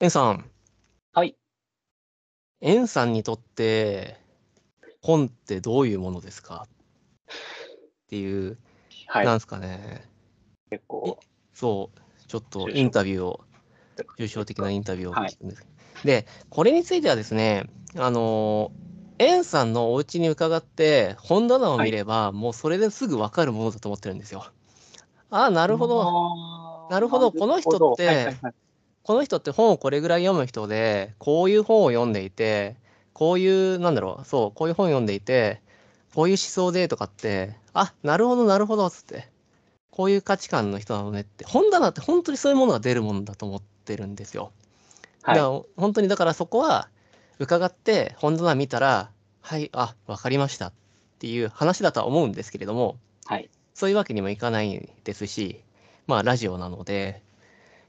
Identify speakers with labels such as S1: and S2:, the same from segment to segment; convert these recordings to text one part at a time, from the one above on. S1: エンさん、
S2: はい。
S1: エンさんにとって本ってどういうものですかっていう、
S2: はい。
S1: なんですかね、
S2: 結構、
S1: そう、ちょっと
S2: 抽象
S1: インタビューを、抽象的なインタビューを
S2: はい
S1: 聞くんです。で、これについてはですね、あの、エンさんのお家に伺って本棚を見れば、もうそれですぐ分かるものだと思ってるんですよ。ああ、な
S2: な
S1: るほど。なるほどこの人って
S2: はいはいはい
S1: この人って本をこれぐらい読む人でこういう本を読んでいてこういうなんだろうそうこういう本を読んでいてこういう思想でとかってあなるほどなるほどっつってこういう価値観の人なのねって本棚って本当にそういうものが出るものだと思ってるんですよ。
S2: はい
S1: だから本当にだからそこは伺って本棚見たらはいあわかりましたっていう話だとは思うんですけれども
S2: はい。
S1: そういうわけにもいかないですし、まあ、ラジオなので、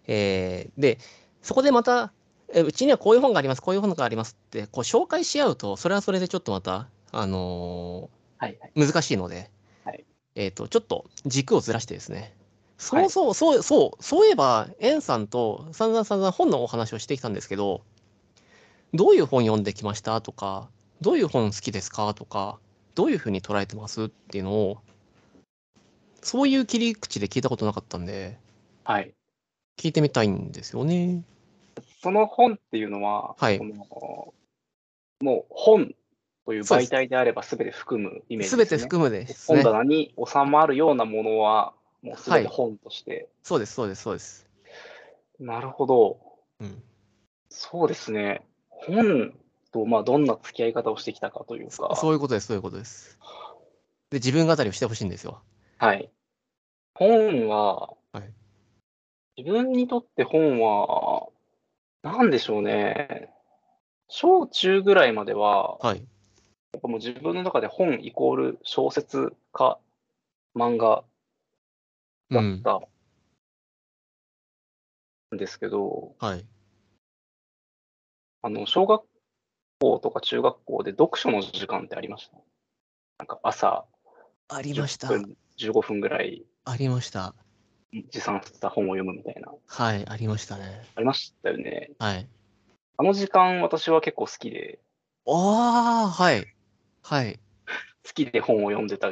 S1: えーで、そこでまた、えうちにはこういう本があります、こういう本がありますって、こう紹介し合うと、それはそれでちょっとまた、あの
S2: はいはい。
S1: ー難しいので、
S2: はい
S1: えっ、と、ちょっと軸をずらしてですね、そうそう、そう、そう、そういえば、エンさんと散々散々本のお話をしてきたんですけど、どういう本読んできましたとか、どういう本好きですかとか、どういうふうに捉えてますっていうのを、そういう切り口で聞いたことなかったんで、
S2: はい。
S1: 聞いてみたいんですよね。
S2: その本っていうのは、
S1: はい
S2: そのもう本という
S1: そうで
S2: 媒
S1: す
S2: 体であれば全て含むイメージ
S1: す
S2: で
S1: べ
S2: す、ね。
S1: て含むです
S2: 本
S1: ね。
S2: 棚に収まるようなものは、もう
S1: はい
S2: 全て本として。
S1: そうです、そうです、そうです。
S2: なるほど。
S1: うん、
S2: そうですね。本と、まあ、どんな付き合い方をしてきたかというか、
S1: そういうことです、そういうことです。で、自分語りをしてほしいんですよ。
S2: はい。本は、
S1: はい
S2: 自分にとって本は、なんでしょうね。小中ぐらいまでは、
S1: はい。
S2: やっぱもう自分の中で本イコール小説か漫画
S1: う
S2: だ
S1: ん。
S2: ったんですけど、
S1: はい。
S2: あの、小学校とか中学校で読書の時間ってありましたなんか朝
S1: ありました。
S2: 10分、15分ぐらい
S1: ありました。
S2: 持参した本を読むみたいな。
S1: はい、ありましたね。
S2: ありましたよね。
S1: はい。
S2: あの時間私は結構好きで、
S1: ああ、はい。はい。
S2: 好きで本を読んでた、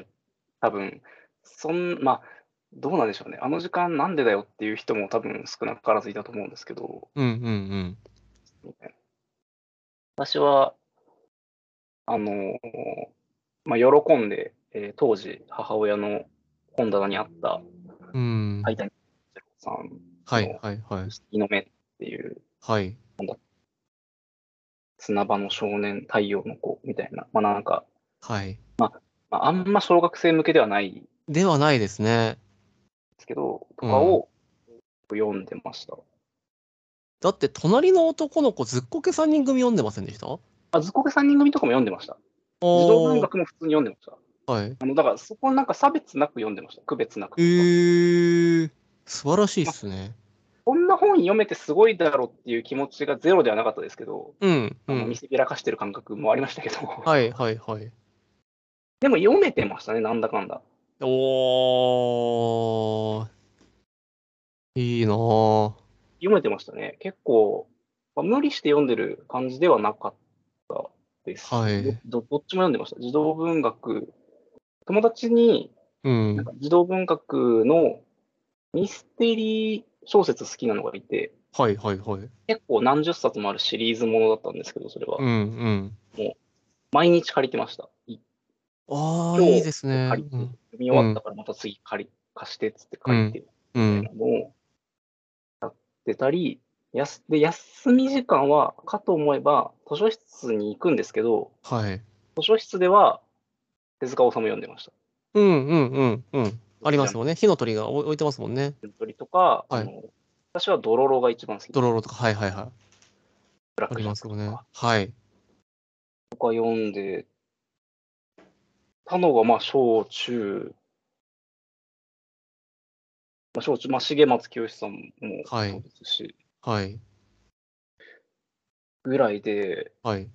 S2: 多分そん、まあ、どうなんでしょうね。あの時間なんでだよっていう人も多分少なからずいたと思うんですけど、
S1: うんうんうん。
S2: 私は、あのー、まあ、喜んで、えー当時、母親の本棚にあった、
S1: うん。
S2: 灰谷さん、
S1: はい、はい、はい。
S2: 月の目っていう、
S1: はい。
S2: 砂場の少年、太陽の子みたいな、まあなんか、
S1: はい。
S2: まあ、あんま小学生向けではないんで
S1: ではないですね。
S2: すけど、とかを読んでました。
S1: だって、隣の男の子、ずっこけ3人組読んでませんでしたあ
S2: あ、ずっこけ3人組とかも読んでました。児童文
S1: あ。
S2: 学も普通に読んでました。
S1: はい。
S2: あのだからそこなんか差別なく読んでました。区別なく。
S1: えー、素晴らしいっすね。
S2: こんな本読めてすごいだろっていう気持ちがゼロではなかったですけど、
S1: うん、う
S2: あの見
S1: ん。
S2: せびらかしてる感覚もありましたけど、
S1: はい、はい、はい。
S2: でも読めてましたね、なんだかんだ。
S1: おー。いいなぁ。
S2: 読めてましたね。結構、まあ無理して読んでる感じではなかったです。
S1: はい
S2: どどどっちも読んでました。児童文学、友達に
S1: う
S2: なん
S1: ん。
S2: か児童文学のミステリー小説好きなのがいて、
S1: はい、はい、はい。
S2: 結構何十冊もあるシリーズものだったんですけど、それは
S1: うん、。うん。
S2: 毎日借りてました。い
S1: ああ、
S2: 今日
S1: いいですね。
S2: 借り
S1: う
S2: て、
S1: ん
S2: 読み終わったからまた次借り、貸してっつって借りて
S1: う
S2: み
S1: ん。
S2: たいなのをやってたり、やすで休み時間はかと思えば図書室に行くんですけど、
S1: はい。
S2: 図書室では手塚治虫読んでました。
S1: うん、うん、うん、うん。ありますもんね。火の鳥が置いてますもんね。
S2: 鳥とか、
S1: はい
S2: あの私はドロロが一番好き。
S1: ドロロとか、はい、はい、はい。
S2: ブラッ
S1: あ
S2: ク
S1: り
S2: ジャ
S1: ま
S2: ッ
S1: す
S2: ク
S1: よ
S2: と
S1: ね
S2: か。
S1: はい。
S2: とか読んでたのが、まあ、小中、まあ、小中、まあ、重松清さんもそう
S1: はい
S2: ですし、
S1: はい。
S2: ぐらいで、
S1: はい。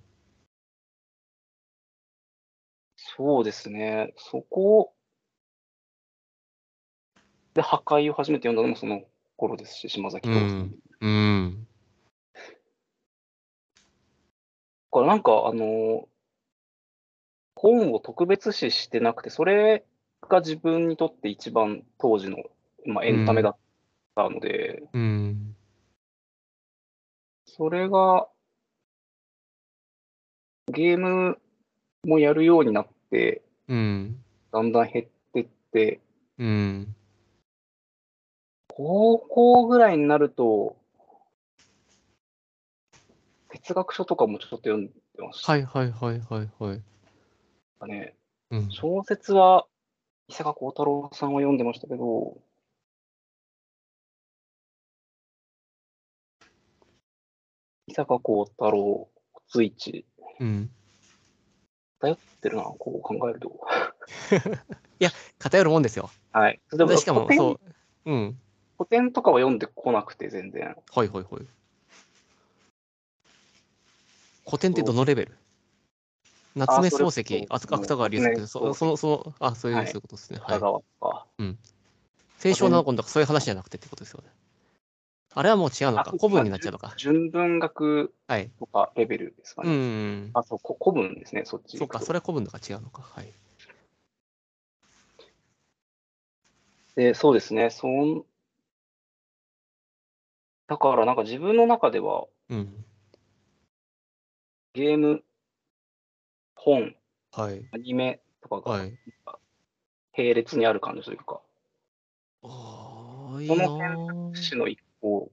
S2: そうですね、そこで破壊を初めて読んだのもその頃ですし、島崎藤さん。
S1: うん。
S2: からなんか、あの、本を特別視してなくて、それが自分にとって一番当時の、まあ、エンタメだったので、
S1: うん。
S2: それが、ゲームもやるようになって、
S1: うん。
S2: だんだん減ってって、
S1: うん。
S2: 高校ぐらいになると、哲学書とかもちょっと読んでまし
S1: はいはいはいはいはい。
S2: たね。
S1: うん。
S2: 小説は、伊坂幸太郎さんを読んでましたけど、伊坂幸太郎、ついち、
S1: うん。
S2: ってるな、こう考えると。
S1: 偏るもんですよ。
S2: はい。で
S1: でしかも、
S2: 古典
S1: そう。うん。
S2: 古典とかは読んでこなくて、全然。
S1: はいはいはい。古典ってどのレベル夏目
S2: それ
S1: 漱石、
S2: そう
S1: あつ芥川龍之介、
S2: 夏目漱
S1: そ
S2: 石
S1: その、その、あ、そういう、
S2: はい
S1: そういうことですね。は
S2: 北
S1: い。
S2: 川とか。
S1: 清少納言とかそういう話じゃなくてってことですよね。あれはもう違うのか
S2: あ、
S1: 古文になっちゃうのか。
S2: 純文学
S1: はい。
S2: とかレベルですか
S1: う
S2: ね。
S1: ん。
S2: あ、そう、こ古文ですね、そっち。
S1: そうか、それは古文とか違うのか。はい。
S2: で、そうですね。そんだから、なんか自分の中では、
S1: うん。
S2: ゲーム、本、
S1: はい。
S2: アニメとか
S1: は
S2: が
S1: い。
S2: 並列にある感じというか、
S1: ああ、いい
S2: そ
S1: な
S2: の
S1: ー
S2: 死の一個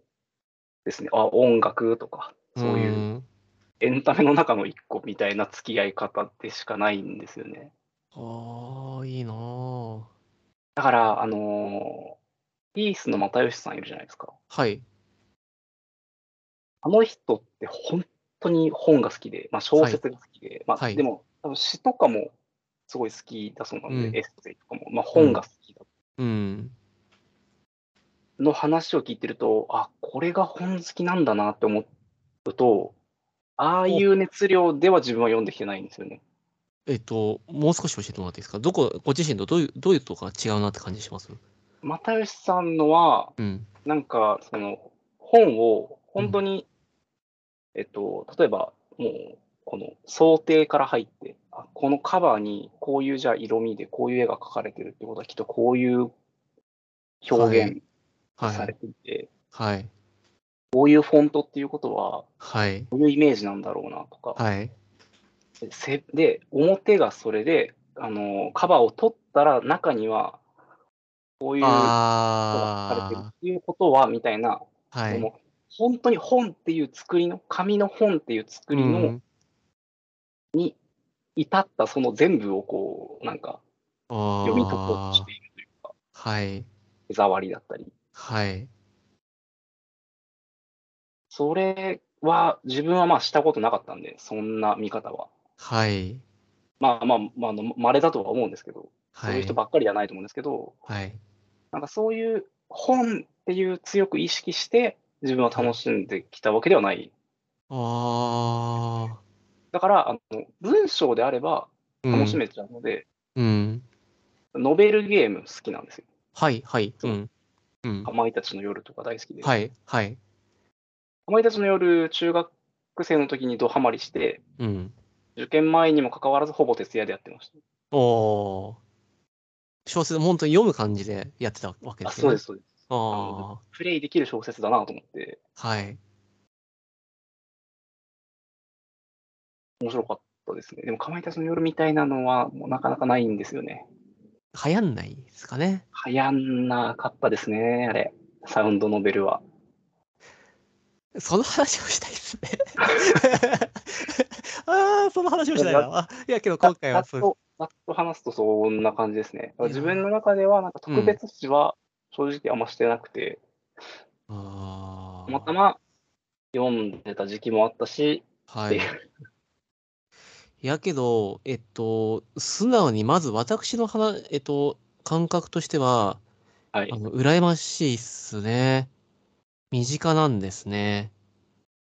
S2: ですね。あ、音楽とか、そういうう
S1: うん。
S2: エンタメの中の一個みたいな付き合い方でしかないんですよね。
S1: ああ、いいなー
S2: だから、あのーピースの又吉さんいるじゃないですか。
S1: はい。
S2: あの人って本当に本が好きで、まあ、小説が好きで、まあ
S1: はい
S2: でも多分詩とかもすごい好きだそうなので、
S1: うん
S2: エッセイとかも、まあ、本が好きだ、
S1: うん。
S2: の話を聞いてると、あこれが本好きなんだなって思うと、ああいう熱量では自分は読んできてないんですよね。
S1: えっと、もう少し教えてもらっていいですかどこ、ご自身とどういう、どういうとこが違うなって感じします
S2: 又吉さんのは、
S1: うん。
S2: なんかその本を本当に、えっと、例えばもうこの想定から入ってあこのカバーにこういうじゃあ色味でこういう絵が描かれてるってことはきっとこういう表現
S1: はい。
S2: されていて、
S1: はい。
S2: こういうフォントっていうことは
S1: はい。
S2: こういうイメージなんだろうなとか、
S1: はい。
S2: せで表がそれであのカバーを取ったら中にはこういうことが書かれてる
S1: あ
S2: っていうことはみたいな
S1: あ。は
S2: そ
S1: い。
S2: の本当に本っていう作りの紙の本っていう作り
S1: う
S2: の
S1: ん
S2: 至ったその全部をこうなんか読み解こうとしているという
S1: あーはい。
S2: 手触りだったり
S1: はい。
S2: それは自分はまあしたことなかったんでそんな見方は
S1: はい。
S2: まあまあまああの稀だとは思うんですけどそ
S1: は
S2: ういう人
S1: い。
S2: ばっかりじゃないと思うんですけど
S1: はい。
S2: なんかそういう本っていう強く意識して自分は楽しんできたわけではない
S1: ああ。
S2: だからあの文章であれば
S1: うん
S2: 楽し。めちゃうので、
S1: うん。
S2: ノベルゲーム好きなんですよ
S1: はい。はい。うん。うん。
S2: かまいたちの夜とか大好きで、
S1: はい。はい。
S2: かまいたちの夜、中学生の時にドハマりして、
S1: うん。
S2: 受験前にもかかわらずほぼ徹夜でやってまし
S1: おお。小説、本当に読む感じでやってたわけ
S2: た。
S1: で
S2: あ
S1: すよ
S2: そう
S1: ね。
S2: です、そうです。
S1: あ
S2: プレイできる小説だなと思って、
S1: あ。はい。
S2: 面白かったですね。でも、かまいたちの夜みたいなのは、もうなかなかないんですよね。
S1: 流行んないですかね。
S2: 流行んなかったですね、あれ。サウンドノベルは。
S1: その話をしたいですね。 ああ、その話をしたいな。あいや、けど今回は
S2: ざ
S1: そ
S2: っ
S1: う
S2: とざっと話すとそんな感じですね。
S1: いや
S2: 自分の中では、なんか特別視は正直あんましてなくて、
S1: あー
S2: たまたま読んでた時期もあったし、
S1: はい。
S2: っ
S1: い
S2: てい
S1: やけど、えっと、素直にまず私の話、えっと、感覚としては、
S2: はい
S1: あ。の羨ましいっすね。身近なんですね。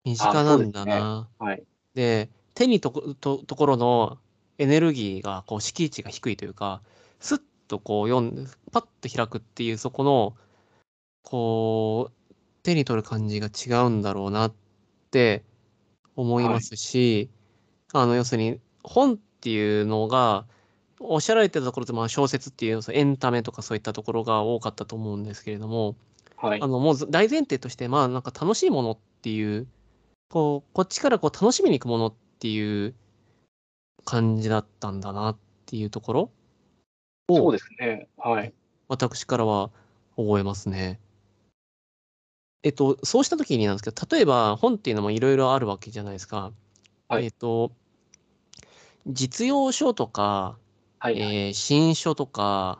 S1: 身近なんだな。
S2: はい。
S1: で手にとことところのエネルギーがこう敷地が低いというかスッとこう読んでパッと開くっていうそこのこう手に取る感じが違うんだろうなって思いますし、あの要するに本っていうのがおっしゃられてたところとまあ小説っていうそのエンタメとかそういったところが多かったと思うんですけれども
S2: はい
S1: あ。のもうず大前提としてまあなんか楽しいものっていうこうこっちからこう楽しみに行くものっていう感じだったんだなっていうところ
S2: そうですね。はい。
S1: 私からは覚えますね。えっと、そうした時になんですけど、例えば本っていうのもいろいろあるわけじゃないですか。
S2: はい
S1: えっと、実用書とか、
S2: はい。
S1: えー新書とか、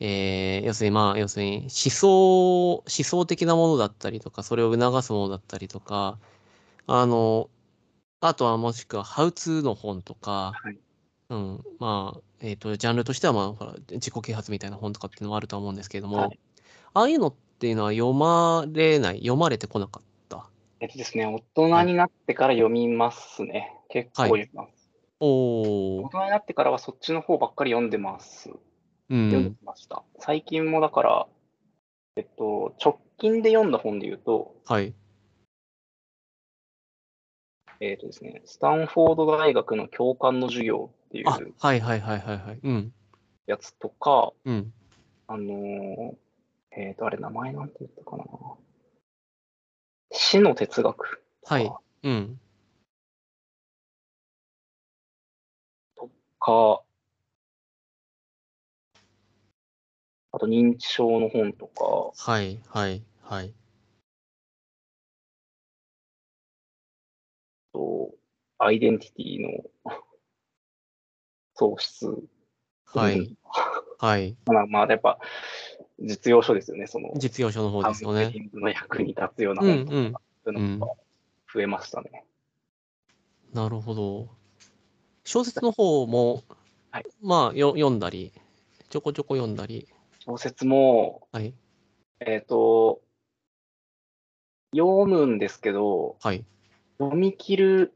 S1: えー要するにまあ、要するに思想、思想的なものだったりとか、それを促すものだったりとか、あの、あとはもしくは、ハウツーの本とか、
S2: はい
S1: うん、まあ、えっ、と、ジャンルとしては、まあ、ほら、自己啓発みたいな本とかっていうのもあるとは思うんですけれども、
S2: はい
S1: ああいうのっていうのは読まれない、読まれてこなかった。
S2: えっとですね、大人になってから読みますね。結構読みます。
S1: お
S2: 大
S1: ー、
S2: 人になってからはそっちの方ばっかり読んでます。
S1: う
S2: 読ん
S1: ん
S2: で、ました。最近もだから、えっと、直近で読んだ本で言うと、
S1: はい、
S2: えっとですね、スタンフォード大学の教官の授業ってい
S1: あ
S2: う、
S1: はいはいはいはいはい、うん、
S2: やつとか、
S1: うん、
S2: あのーえっと、あれ、名前なんて言ったかな。死の哲学
S1: はい、うん、
S2: か、あと認知症の本とか、
S1: はいはいはい、
S2: と、アイデンティティの 喪失。
S1: はい、はい、
S2: まあ、まあ、やっぱ、実用書ですよね、その、
S1: 実用書の方ですよ
S2: ハン
S1: ね
S2: グ。リングの役に立つような
S1: うんう
S2: 本
S1: ん、
S2: とか、そういうのが増えましたね。
S1: なるほど。小説の方も、
S2: はい
S1: まあよ読んだり、ちょこちょこ読んだり、
S2: 小説も、
S1: はい、
S2: えっ、と、読むんですけど、
S1: はい。
S2: 読み切る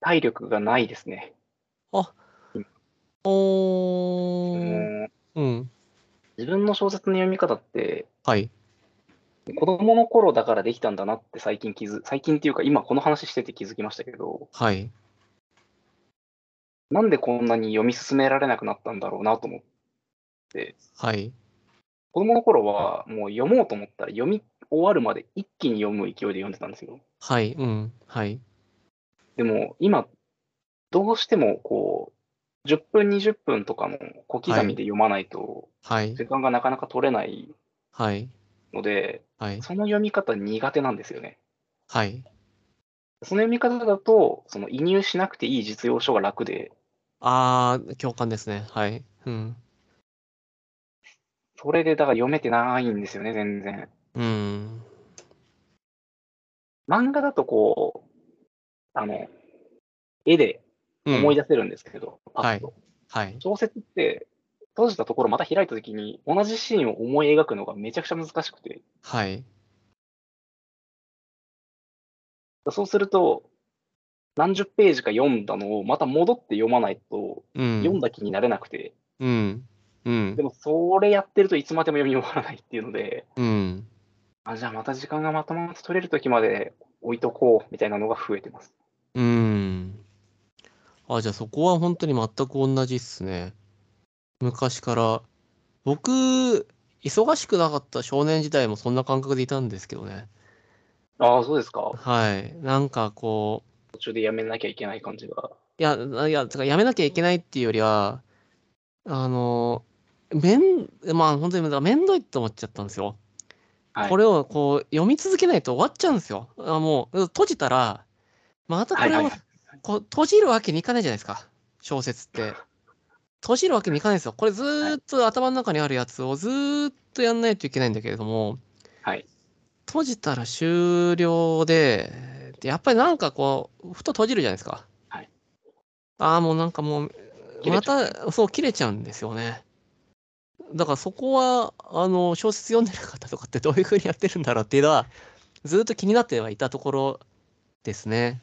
S2: 体力がないですね。
S1: おー、
S2: うん
S1: うん、
S2: 自分の小説の読み方って、
S1: はい、
S2: 子供の頃だからできたんだなって最近気づ、最近っていうか今この話してて気づきましたけど、
S1: はい。
S2: なんでこんなに読み進められなくなったんだろうなと思って、
S1: はい。
S2: 子供の頃はもう読もうと思ったら読み終わるまで一気に読む勢いで読んでたんですよ。
S1: はい。うん。はい。
S2: でも今、どうしてもこう、10分、20分とかの小刻みで読まないと、
S1: はい。
S2: 時間がなかなか取れない
S1: はい。
S2: ので、
S1: はい。
S2: その読み方苦手なんですよね。
S1: はい。
S2: その読み方だと、その移入しなくていい実用書が楽で、
S1: あー、共感ですね。はい。うん。
S2: それでだから読めてないんですよね、全然。
S1: うん。
S2: 漫画だとこう、あの、絵で
S1: うん
S2: 思い出せるんですけど、パッと
S1: はい。
S2: 小説って、閉じたところまた開いたときに、同じシーンを思い描くのがめちゃくちゃ難しくて、
S1: はい。
S2: そうすると、何十ページか読んだのをまた戻って読まないと、
S1: うん。
S2: 読んだ気になれなくて、
S1: うん。うん
S2: で。もそれやってるといつまでも読み終わらないっていうので、
S1: うん。
S2: あじゃあまた時間がまとまって取れるときまで置いとこうみたいなのが増えてます。
S1: うん。あ、じゃあそこは本当に全く同じっすね。昔から。僕、忙しくなかった少年時代もそんな感覚でいたんですけどね。
S2: ああ、そうですか。
S1: はい。なんかこう、
S2: 途中でやめなきゃいけない感じが。
S1: いや、ないや、だからやめなきゃいけないっていうよりは、あの、めん、まあ本当にだからめんどいって思っちゃったんですよ。
S2: はい
S1: これをこう読み続けないと終わっちゃうんですよ。あもう閉じたら、またこれ
S2: はい
S1: を
S2: はい
S1: こう閉じるわけにいかないじゃないですか、小説って。閉じるわけにいかないんですよ。これずーっと頭の中にあるやつをずーっとやんないといけないんだけれども、
S2: はい
S1: 閉じたら終了で、でやっぱりなんかこう、ふと閉じるじゃないですか。
S2: はい
S1: ああ、もうなんかもう、
S2: 切れ
S1: ま
S2: ちゃう
S1: た、そう、切れちゃうんですよね。だからそこは、あの、小説読んでなかったとかってどういうふうにやってるんだろうっていうのは、ずっと気になってはいたところですね。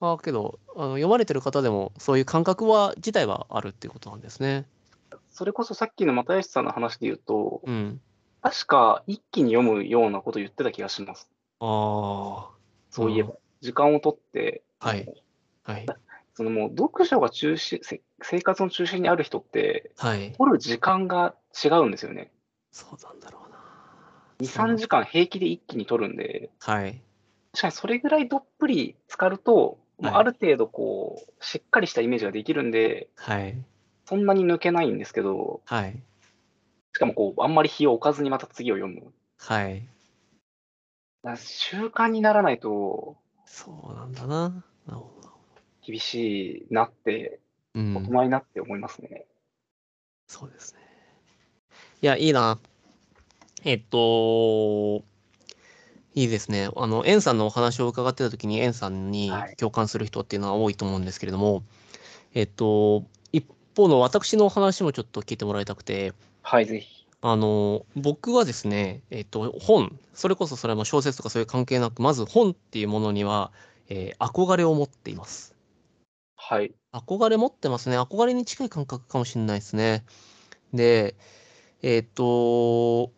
S1: まあ、けど、あの読まれてる方でも、そういう感覚は、自体はあるっていうことなんですね。
S2: それこそさっきの又吉さんの話で言うと、
S1: うん。
S2: 確か一気に読むようなこと言ってた気がします。
S1: ああ。
S2: そういえば。時間を取って、
S1: はい。はい。
S2: そのもう読書が中心、せ生活の中心にある人って、
S1: はい。
S2: 取る時間が違うんですよね。
S1: そうなんだろうな。
S2: 2、3時間平気で一気に取るんで、
S1: はい。
S2: 確かにそれぐらいどっぷり浸かると、もう
S1: はい
S2: ある程度こう、しっかりしたイメージができるんで、
S1: はい。
S2: そんなに抜けないんですけど、
S1: はい。
S2: しかもこう、あんまり日を置かずにまた次を読む。
S1: はい。
S2: だから習慣にならないと
S1: そうなんだな。なるほど。
S2: 厳しいなって、
S1: う
S2: 大
S1: ん。
S2: 人になって思いますね。
S1: そうですね。いや、いいな。えっと、いいですね。あの、エンさんのお話を伺ってた時に、エンさんに
S2: はい
S1: 共感する人っていうのは多いと思うんですけれども、えっと、一方の私のお話もちょっと聞いてもらいたくて、
S2: はい、ぜひ。
S1: あの、僕はですね、えっと、本、それこそそれも小説とかそういう関係なく、まず本っていうものには、えー憧れを持っています。
S2: はい。
S1: 憧れ持ってますね。憧れに近い感覚かもしれないですね。で、えーっと、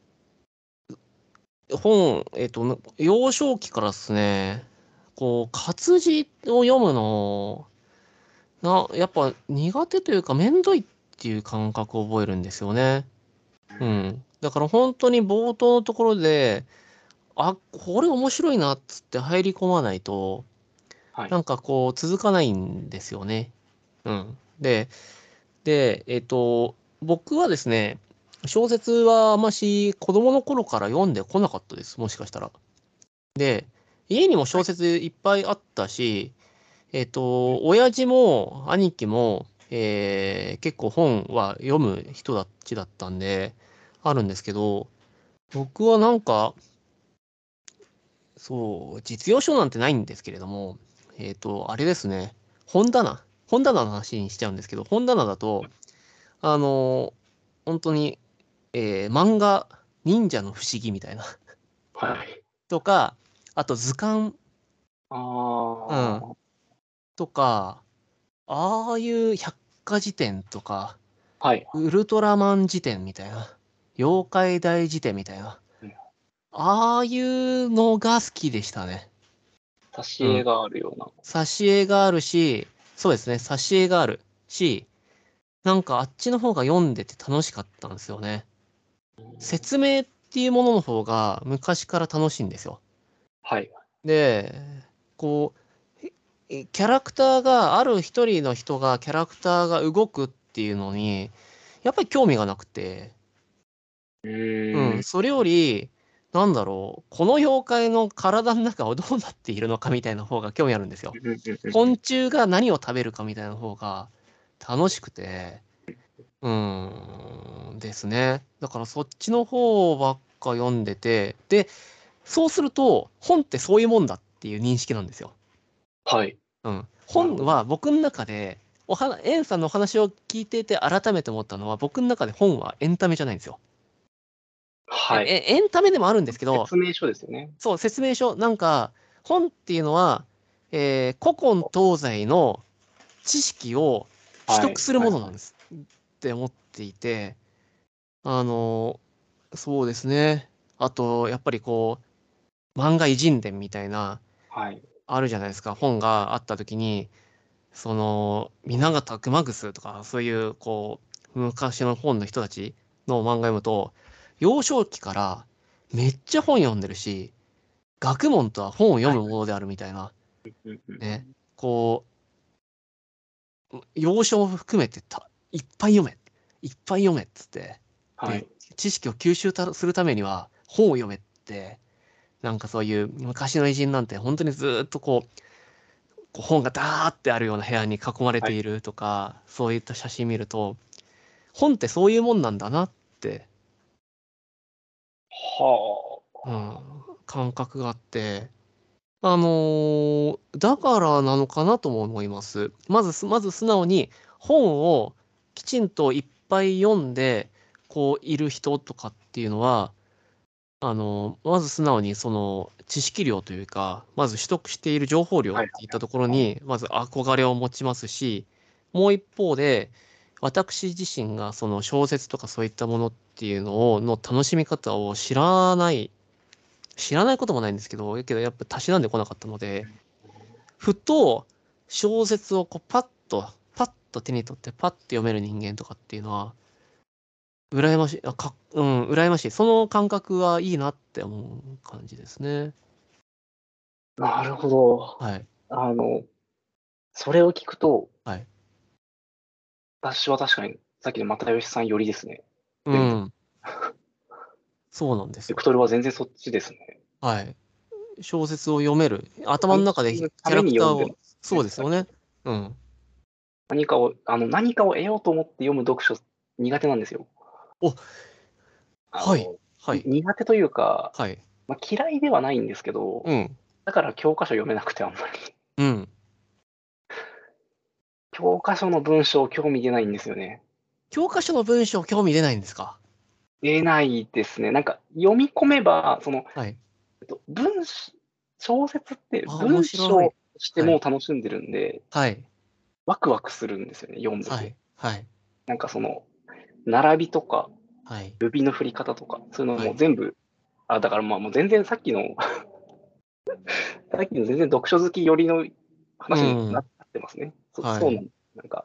S1: 本、えーっと、幼少期からですね、こう、活字を読むの、な、やっぱ苦手というか、めんどいっていう感覚を覚えるんですよね。うん。だから本当に冒頭のところで、あ、これ面白いなっつって入り込まないと、
S2: はい
S1: なんかこう続かないんですよね。うん。で、で、えっ、と、僕はですね、小説はあまし子供の頃から読んでこなかったです、もしかしたら。で、家にも小説いっぱいあったし、えっ、と、親父も兄貴も、えー結構本は読む人たちだったんで、あるんですけど、僕はなんか、そう、実用書なんてないんですけれども、えっ、と、あれですね、本棚、本棚の話にしちゃうんですけど、本棚だと、あの本当に、えー漫画、忍者の不思議みたいな、
S2: はい。
S1: とか、あと図鑑
S2: ああ、
S1: とか、ああいう百科事典とか、
S2: はい。
S1: ウルトラマン辞典みたいな、妖怪大辞典みたいな
S2: うん、
S1: ああいうのが好きでしたね。
S2: 挿絵があるような。
S1: 挿絵があるし、そうですね、挿絵があるし、なんかあっちの方が読んでて楽しかったんですよね。説明っていうものの方が昔から楽しいんですよ。
S2: はい。
S1: で、こう、えキャラクターが、ある一人の人が、キャラクターが動くっていうのに、やっぱり興味がなくて、
S2: う
S1: うん、それより、なんだろう、この妖怪の体の中はどうなっているのかみたいな方が興味あるんですよ。昆虫が何を食べるかみたいな方が楽しくてうーんですねだからそっちの方ばっか読んでてでそうすると本ってそういうもんだっていう認識なんですよ。
S2: はい。
S1: うん、本は僕の中でおはエンさんのお話を聞いていて改めて思ったのは僕の中で本はエンタメじゃないんですよ。
S2: はい。
S1: えエンタメでもあるんですけど
S2: 説明書ですよね。
S1: そう、説明書。なんか、本っていうのは、えー古今東西の知識を取得するものなんです。って思っていて、あの、そうですね。あと、やっぱりこう、漫画偉人伝みたいな、
S2: はい。
S1: あるじゃないですか。本があった時に、その、皆方熊楠とか、そういう、こう、昔の本の人たちの漫画読むと、幼少期からめっちゃ本読んでるし、学問とは本を読むものであるみたいな、ね、こう、幼少も含めてた、いっぱい読め、いっぱい読めっつって、
S2: はい。
S1: 知識を吸収たするためには本を読めって、なんかそういう昔の偉人なんて本当にずーっとこう、こう本がダーってあるような部屋に囲まれているとか、そういった写真見ると、本ってそういうもんなんだなって、
S2: は
S1: うん、感覚があって、あのーだからなのかなとも思います。まずす、まず素直に本をきちんといっぱい読んで、こういる人とかっていうのは、あのーまず素直にその知識量というか、まず取得している情報量って
S2: はい
S1: いったところに、まず憧れを持ちますし、もう一方で、私自身がその小説とかそういったものっていうのをの楽しみ方を知らない知らないこともないんですけど、けどやっぱたしなんでこなかったので、ふと、小説をこうパッと、パッと手に取ってパッと読める人間とかっていうのは、羨ましい、あかうん、羨ましい。その感覚はいいなって思う感じですね。
S2: なるほど。
S1: はい。
S2: あの、それを聞くと、
S1: はい
S2: 私は確かに、さっきの又吉さんよりですね。
S1: う
S2: 全
S1: ん。そうなんです
S2: ベ
S1: よ。
S2: クトルは全然そっちですね。
S1: はい。小説を読める。頭の中でキャラクター
S2: 紙に読んで
S1: を
S2: る。
S1: そうですよね。うん。
S2: 何かを、あの、何かを得ようと思って読む読書苦手なんですよ。
S1: お
S2: あの
S1: はいはい。
S2: 苦手というか、
S1: はい。
S2: まあ、嫌いではないんですけど、
S1: うん。
S2: だから教科書読めなくてあんまり。
S1: うん。
S2: 教科書の文章興味出ないんですよね。
S1: 教科書の文章興味出ないんですか
S2: 出ないですね。なんか読み込めば、その、
S1: はい。
S2: えっと文章、小説って
S1: あ
S2: 文章
S1: 面白い
S2: としてもう楽しんでるんで、
S1: はい。
S2: ワクワクするんですよね、読んでて。
S1: はい。はい。
S2: なんかその、並びとか、
S1: はい。
S2: 指の振り方とか、そういうの
S1: は
S2: も
S1: い
S2: 全部、あ、だからまあもう全然さっきの、 さっきの全然読書好き寄りの話になってますね。そ
S1: はい
S2: そうなんですなんか、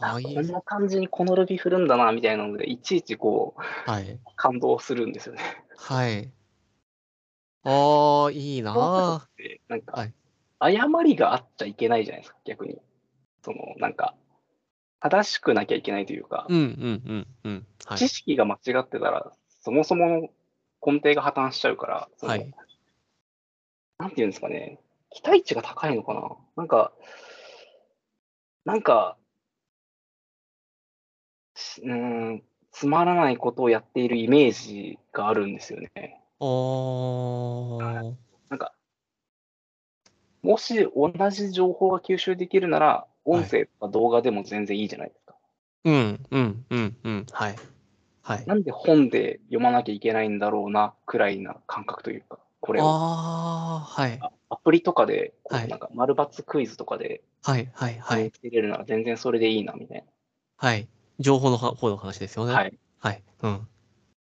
S2: あ
S1: はい。
S2: こんな感じにこのルビ振るんだな、みたいなので、いちいちこう、
S1: はい。
S2: 感動するんですよね。
S1: はい。ああ、いいなあ
S2: でなんか、
S1: はい
S2: 誤りがあっちゃいけないじゃないですか、逆に。その、なんか、正しくなきゃいけないというか、
S1: うんうんうんうん。はい
S2: 知。識が間違ってたら、そもそもの根底が破綻しちゃうから、その
S1: はい。
S2: なんていうんですかね、期待値が高いのかな。なんか、なんか、しうーん、つまらないことをやっているイメージがあるんですよね。
S1: おー。
S2: なんか、もし同じ情報が吸収できるなら、音声とか動画でも全然いいじゃないですか。
S1: うんうんうんうん。はい。はい。
S2: なんで本で読まなきゃいけないんだろうな、くらいな感覚というか、これを
S1: ああ、はい。
S2: アプリとかで、こ
S1: は
S2: う
S1: い
S2: なんか丸×クイズとかで
S1: はいはいはい。
S2: 入れるなら全然それでいいな、みたい
S1: はい。情報のは方の話ですよ
S2: な。
S1: ね。。
S2: はいい。
S1: はい。うん。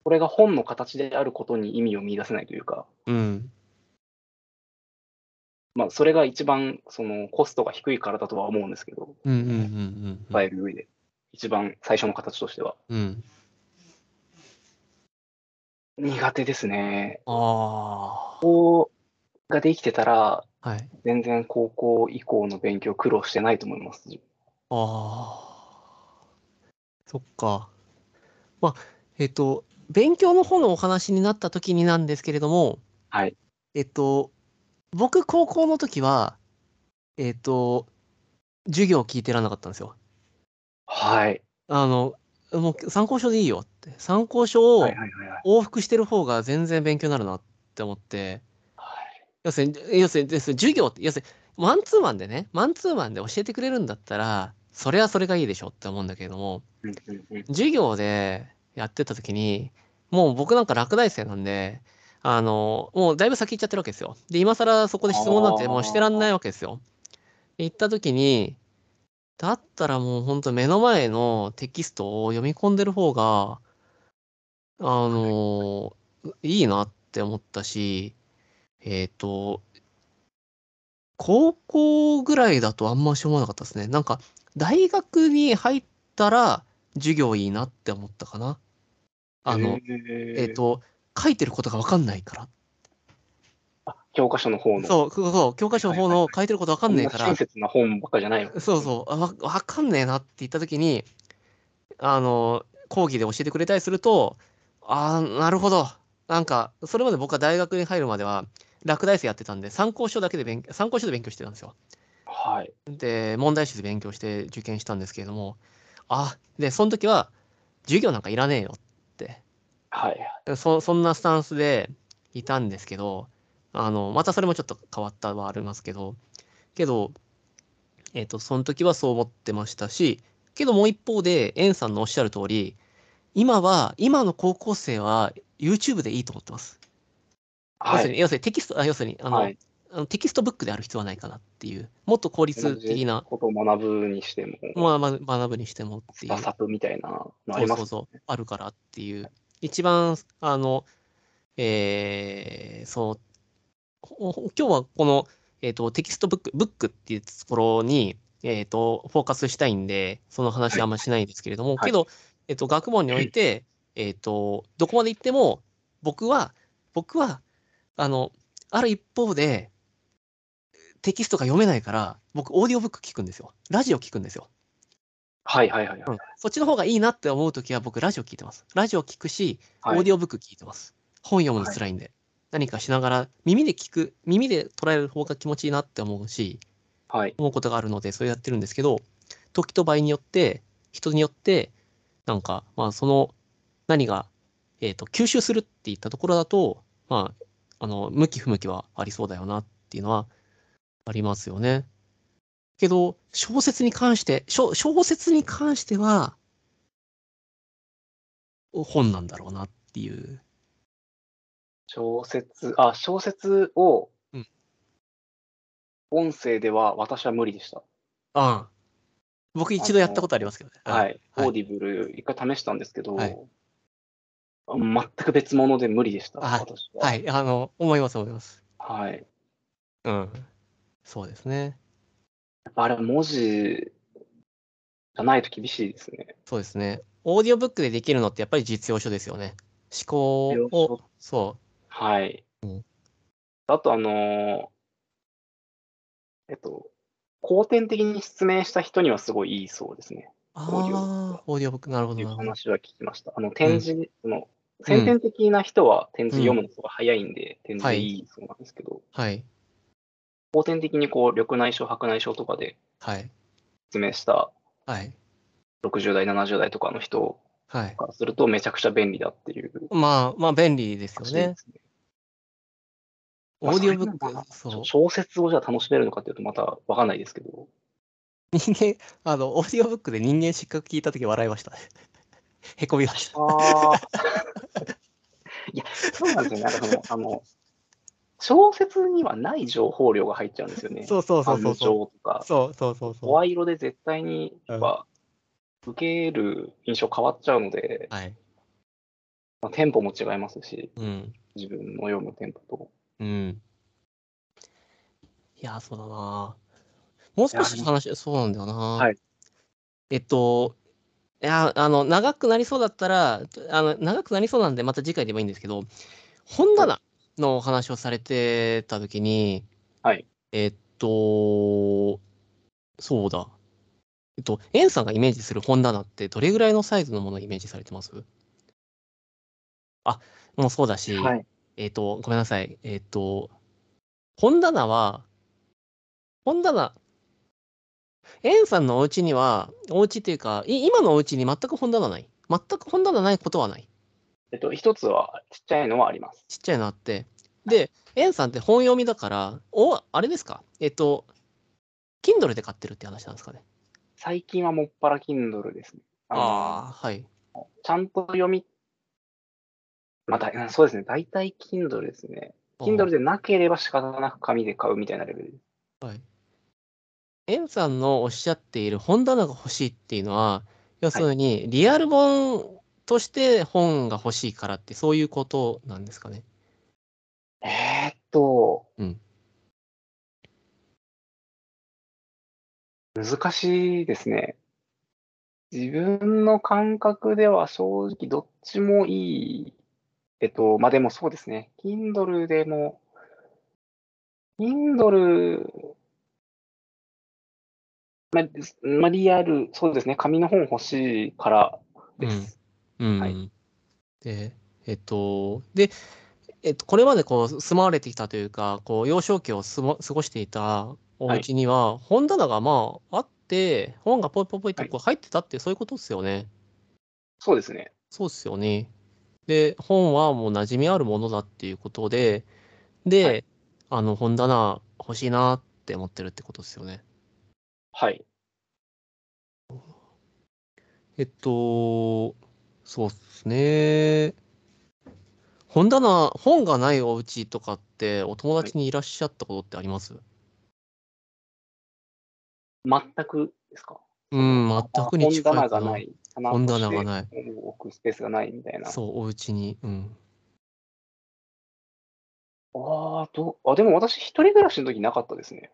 S2: これが本の形であることに意味を見出せないというか、
S1: うん。
S2: まあ、それが一番そのコストが低いからだとは思うんですけど、
S1: うんうんうんうん。
S2: 伝
S1: い。
S2: える上で、一番最初の形としては。
S1: うん。
S2: 苦手ですね。
S1: あ
S2: ができてたら、
S1: あ。はい。
S2: 全然高校以降の勉強苦労してないと思います。
S1: ああ。そっか。まあ、えっと、勉強の方のお話になった時になんですけれども、
S2: はい。
S1: えっと、僕、高校の時は、えっと、授業を聞いてらんなかったんですよ。
S2: はい。
S1: あの、もう参考書でいいよって。参考書を
S2: はいはいはいはい。
S1: 往復してる方が全然勉強になるなって思って、
S2: はい
S1: 要するに、要するに、要するに授業って、要するに、マンツーマンでね、マンツーマンで教えてくれるんだったら、それはそれがいいでしょって思うんだけれども、
S2: うんうんうん
S1: 授業でやってた時に、もう僕なんか落第生なんで、あの、もうだいぶ先行っちゃってるわけですよ。で、今更そこで質問なんてもうしてらんないわけですよ。で行った時に、だったらもうほんと目の前のテキストを読み込んでる方が、あの、いいなって思ったし、えっ、と、高校ぐらいだとあんまし思わなかったですね。なんか、大学に入ったら授業いいなって思ったかな。あの、、えっ、、と、書いてることが分かんないから。
S2: 教科書の方の、
S1: そう、そうそう、教科書の方
S2: はいはい
S1: の
S2: はい
S1: 書いてること分か
S2: こ
S1: ん
S2: ん
S1: ねえ
S2: な
S1: から
S2: 親、切な本ばっかじゃないの。
S1: そうそう、あわ分かんねえなって言った時に、あの、講義で教えてくれたりすると、ああ、なるほど。なんか、それまで僕は大学に入るまでは、落第生やってたんで、参考書だけで勉強、参考書で勉強してたんですよ。
S2: はい。
S1: で、問題集で勉強して受験したんですけれども、あ、で、その時は、授業なんかいらねえよって、
S2: はい。
S1: そそんなスタンスでいたんですけど、あの、またそれもちょっと変わったはありますけど、けど、えっ、と、その時はそう思ってましたし、けどもう一方で、エンさんのおっしゃる通り、今は、今の高校生は YouTube でいいと思ってます。要
S2: は
S1: する
S2: い。
S1: に、要するにテキスト、あ要するに、あの、
S2: はい。
S1: あのテキストブックである必要はないかなっていう、もっと効率的な
S2: ことを学ぶにしても、
S1: まあ、ま学ぶにしてもって
S2: ス
S1: いう
S2: タ。サプみたいなのあ
S1: そ
S2: り
S1: う
S2: ま
S1: そう
S2: す。
S1: そう。あるからっていう。一番、あの、えー、そう、ほ今日はこのえっ、と、テキストブック、ブックっていうところに、えっ、と、フォーカスしたいんで、その話はあんましないですけれども、
S2: はい
S1: けど、えっ、と、学問において、えっ、と、どこまで行っても、僕は、僕は、あの、ある一方で、テキストが読めないから、僕、オーディオブック聞くんですよ。ラジオ聞くんですよ。
S2: はいはいはいはい。
S1: そっちの方がいいなって思うときは僕ラジオ聞いてます。ラジオ聞くし、オ
S2: はい
S1: ーディオブック聞いてます。本読むの辛いんで、何かしながら耳で聞く、耳で捉える方が気持ちいいなって思うし、
S2: はい。
S1: 思うことがあるのでそれやってるんですけど、時と場合によって、人によって、なんか、まあその、何が、えっ、と、吸収するっていったところだと、まあ、あの、向き不向きはありそうだよなっていうのはありますよね。けど、小説に関して、小小説に関しては、本なんだろうなっていう。
S2: 小説、あ、小説を
S1: うん、
S2: 音声では私は無理でした。
S1: ああ僕一度やったことありますけどね。
S2: はい。
S1: はい
S2: オーディブル、一回試したんですけど、
S1: はい
S2: 全く別物で無理でした、
S1: あ
S2: 私は。
S1: はい。あの、思います思います。
S2: はい。
S1: うん。そうですね。
S2: やっぱあれ、文字じゃないと厳しいですね。
S1: そうですね。オーディオブックでできるのってやっぱり実用書ですよね。思考
S2: 実用
S1: を、そ
S2: はい。
S1: うん
S2: あと、あのーえっと、後天的に失明した人にはすごいいいそうですね。
S1: う。あ
S2: オーディオ
S1: あ、オーディオブック、なるほど
S2: っていう
S1: なるほど。
S2: 話は聞きました。あの、展示、その、先天的な人は展示読むのが早いんで、展示いいそうなんですけど、
S1: はい。
S2: 後天的にこう、緑内障、白内障とかで
S1: はい。
S2: 失明した
S1: はい。
S2: 60代、70代とかの人
S1: はい。
S2: からすると、めちゃくちゃ便利だっていう
S1: まあ、まあ、便利ですよ
S2: 話
S1: ね
S2: で。すね。
S1: オーディオブッ
S2: まあそれも
S1: ク、そう。
S2: 小説をじゃあ楽しめるのかっていうと、またわかんないですけど。
S1: 人間、あの、オーディオブックで人間失格聞いたとき笑いましたね。 へこみました。
S2: ああ。 いや、そうなんですよね。なんかその、あの、小説にはない情報量が入っちゃうんですよね。
S1: そうそうそうそう
S2: 感
S1: そう。
S2: 情とか、
S1: そうそうそうそう。
S2: 声色で絶対に、やっぱ、受ける印象変わっちゃうので、
S1: はい。
S2: まあ、テンポも違いますし、
S1: うん。
S2: 自分の読むテンポと。
S1: うん。いや、そうだな。もう少
S2: い
S1: し
S2: や
S1: 話、そうなんだよな。
S2: はい
S1: えっと、いや、あの、長くなりそうだったら、あの、長くなりそうなんで、また次回でもいいんですけど、本棚のお話をされてた時に、
S2: はい。
S1: えっと、そうだ。えっと、エンさんがイメージする本棚って、どれぐらいのサイズのものをイメージされてますあ、もうそうだし、
S2: はい。
S1: えっ、と、ごめんなさい。えっ、と、本棚は、本棚、エンさんのお家には、お家っていうか、い今のお家に全く本棚ない。全く本棚ないことはない。
S2: えっと、一つは、ちっちゃいのはあります。
S1: ちっちゃいのあって。で、エンさんって本読みだから、お、あれですかえっ、と、Kindle で買ってるって話なんですかね。
S2: 最近はもっぱら Kindle ですね。あの
S1: ああー、はい。
S2: ちゃんと読み、まあ、だいそうですね。大体 Kindle ですね。Kindle でなければ仕方なく紙で買うみたいなレベルです。
S1: エンさんのおっしゃっている本棚が欲しいっていうのは、要するにリアル本として本が欲しいからってそういうことなんですかね。
S2: えー、っと、
S1: うん
S2: 難しいですね。自分の感覚では正直どっちもいい。えっと、まあでもそうですね。Kindle でも、Kindle、まあ、まあリアル、そうですね。紙の本欲しいからです。
S1: うん。
S2: はい
S1: で、えっと、で、えっと、これまでこう住まわれてきたというか、こう幼少期を過ご過ごしていたお家には、本棚がまああって、本がポイポイポイってこう入ってたって、そういうことですよね。
S2: そうですね。
S1: そうですよね。で、本はもう馴染みあるものだっていうことで、で、
S2: はい
S1: あの、本棚欲しいなって思ってるってことですよね。
S2: はい。
S1: えっと、そうっすね。本棚、本がないお家とかって、お友達にいらっしゃったことってあります、
S2: 全くですか
S1: うん、全くに近いか
S2: 本棚がない。
S1: 本棚がない。
S2: 棚として置くスペースがないみたいな。
S1: そう、お家に。うん。
S2: ああ、どう、あ、でも私、一人暮らしの時なかったですね。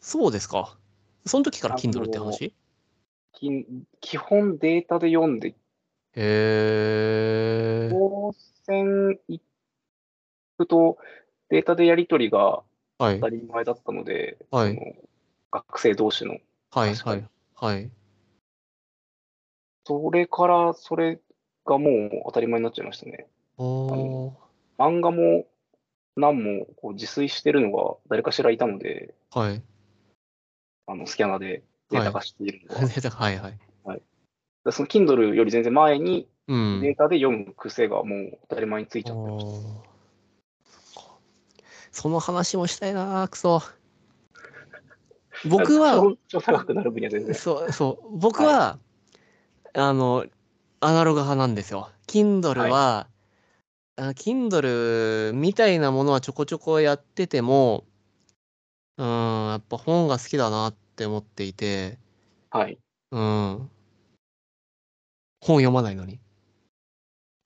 S1: そうですか。その時から
S2: あ
S1: Kindle って
S2: の
S1: 話
S2: き基本データで読んで、
S1: へー。
S2: 当選行くと、データでやり取りが
S1: はい
S2: 当た。り前だったので、
S1: は
S2: そ
S1: い。
S2: の学生同士の。
S1: はい。
S2: 確か
S1: は
S2: に
S1: い。はい。
S2: それから、それがもう当たり前になっちゃいましたね。
S1: おー。
S2: 漫画も何もこう自炊してるのが誰かしらいたので、
S1: はい。
S2: あのスキャナでデータ化しているのが。
S1: ネタはいはい。
S2: でその Kindle より全然前に
S1: うん。
S2: データで読む癖がもう当たり前についちゃってました。
S1: おーそっかその話もしたいな、ク ソ。僕は、
S2: 超高くなる分には全然。
S1: そう、そう、僕は、あの、アナログ派なんですよ。Kindle は、あ Kindle みたいなものはちょこちょこやってても、うん、やっぱ本が好きだなって思っていて、
S2: はい。
S1: うん。本読まないのに。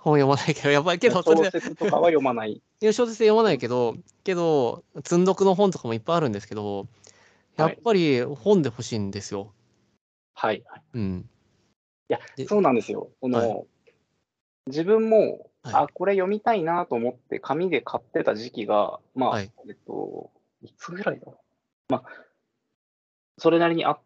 S1: 本読まないけど、やばいけど、それ
S2: 小説とかは読まない。
S1: いや小説読まないけど、けど、積んどくの本とかもいっぱいあるんですけど、や
S2: は
S1: っ
S2: い
S1: ぱり本で欲しいんですよ。
S2: はい。
S1: うん。で
S2: そうなんですよ。この、
S1: は
S2: 自分も、
S1: はい
S2: あ、これ読みたいなと思って、紙で買ってた時期が、まあ、
S1: はい
S2: えっと、いつぐらいだろう。まあ、それなりにあっ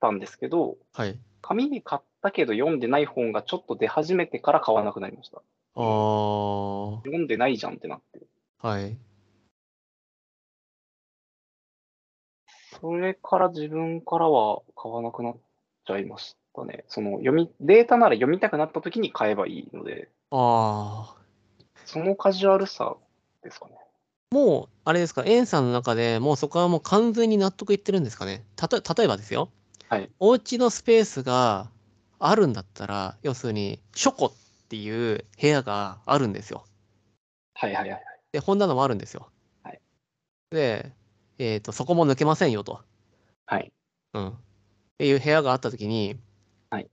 S2: たんですけど、
S1: はい。
S2: 紙に買ったけど読んでない本がちょっと出始めてから買わなくなりました。
S1: ああ、は
S2: 読んでないじゃんってなって。
S1: い。
S2: それから自分からは買わなくなっちゃいましたね。その読み、データなら読みたくなった時に買えばいいので、
S1: ああ。
S2: そのカジュアルさですかね。
S1: もう、あれですか、エンさんの中でもうそこはもう完全に納得いってるんですかね。たと、例えばですよ。
S2: はい。
S1: お家のスペースがあるんだったら、要するに、書庫っていう部屋があるんですよ。
S2: はいはいはい。
S1: で、本棚もあるんですよ。
S2: はい
S1: で、えっと、そこも抜けませんよと。
S2: はい。
S1: うん。っていう部屋があったときに、
S2: はい。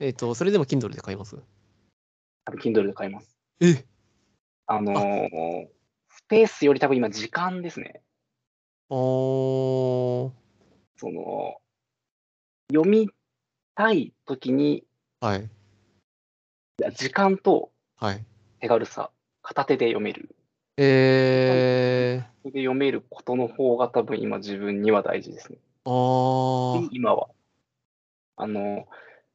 S1: えっ、と、それでも Kindle で買います
S2: 多分 Kindle で買います。
S1: え
S2: あのースペースより多分今時間ですね。
S1: おー。
S2: その、読みたい時に、
S1: はい。
S2: 時間と
S1: はい。
S2: 手軽さ、片手で読める。
S1: えー。
S2: で読めることの方が多分今自分には大事ですね。
S1: あー。
S2: 今は。あの、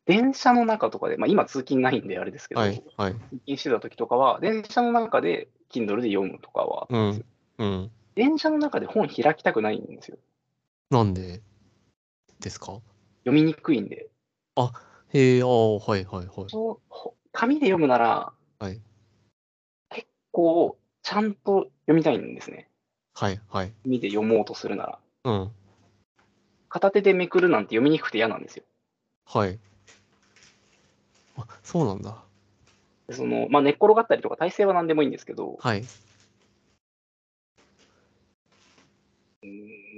S2: 電車の中とかで、まあ今通勤ないんであれですけど、
S1: はい。はい。
S2: 通勤してた時とかは、電車の中で Kindle で読むとかは、
S1: うん。うん。
S2: 電車の中で本開きたくないんですよ。
S1: なんでですか
S2: 読みにくいんで。
S1: へえー、あー、はいはいはい。
S2: そうほ紙で読むなら、
S1: はい
S2: 結構ちゃんと読みたいんですね。
S1: はいはい。
S2: 紙で読もうとするなら。
S1: うん。
S2: 片手でめくるなんて読みにくくて嫌なんですよ。
S1: はい。あ、そうなんだ。
S2: でそのまあ、寝っ転がったりとか体勢は何でもいいんですけど、
S1: はい。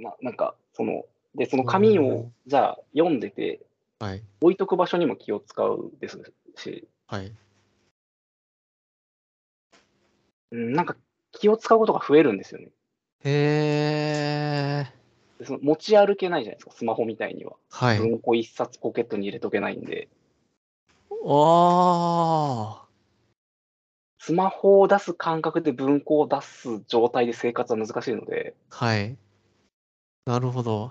S2: ななんかそのでその紙
S1: う
S2: をじゃあ読んでて
S1: はい。
S2: 置いとく場所にも気を使うですし、
S1: はい。
S2: うんなんか気を使うことが増えるんですよね。
S1: へえー。
S2: でその持ち歩けないじゃないですか、スマホみたいには。
S1: はい。
S2: 文庫一冊ポケットに入れとけないんで、
S1: あ
S2: スマホを出す感覚で文庫を出す状態で生活は難しいので、
S1: ー。はい。なるほど。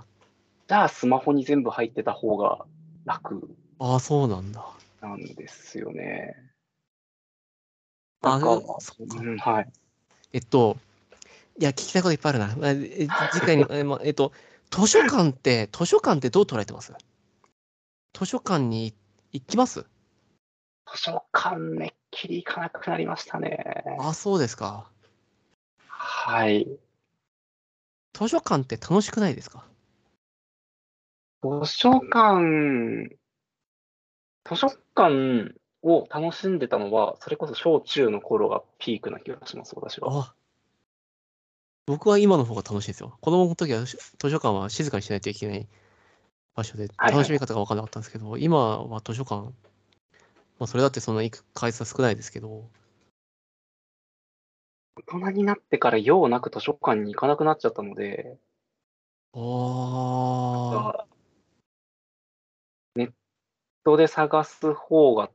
S2: じゃあスマホに全部入ってた方が楽
S1: ああ、そうなんだ。
S2: なんですよね。
S1: あ
S2: なんか
S1: そっか
S2: うん、はい。
S1: えっと、いや、聞きたいこといっぱいあるな。ええ次 回に、えまえっと、図書館って、図書館ってどう捉えてます図書館に行きます
S2: 図書館めっきり行かなくなりましたね。
S1: あ、そうですか。
S2: はい。
S1: 図書館って楽しくないですか
S2: 図書館、図書館を楽しんでたのは、それこそ小中の頃がピークな気がします、私は。
S1: あ僕は今の方が楽しいですよ。子供の時はし図書館は静かにしないといけない場所で、
S2: はい
S1: 楽しみ方が分からなかったんですけど、今は図書館、まあ、それだってそんな行く回数は少ないですけど、
S2: 大人になってから用なく図書館に行かなくなっちゃったので、
S1: ああ。
S2: あネットで探す方が、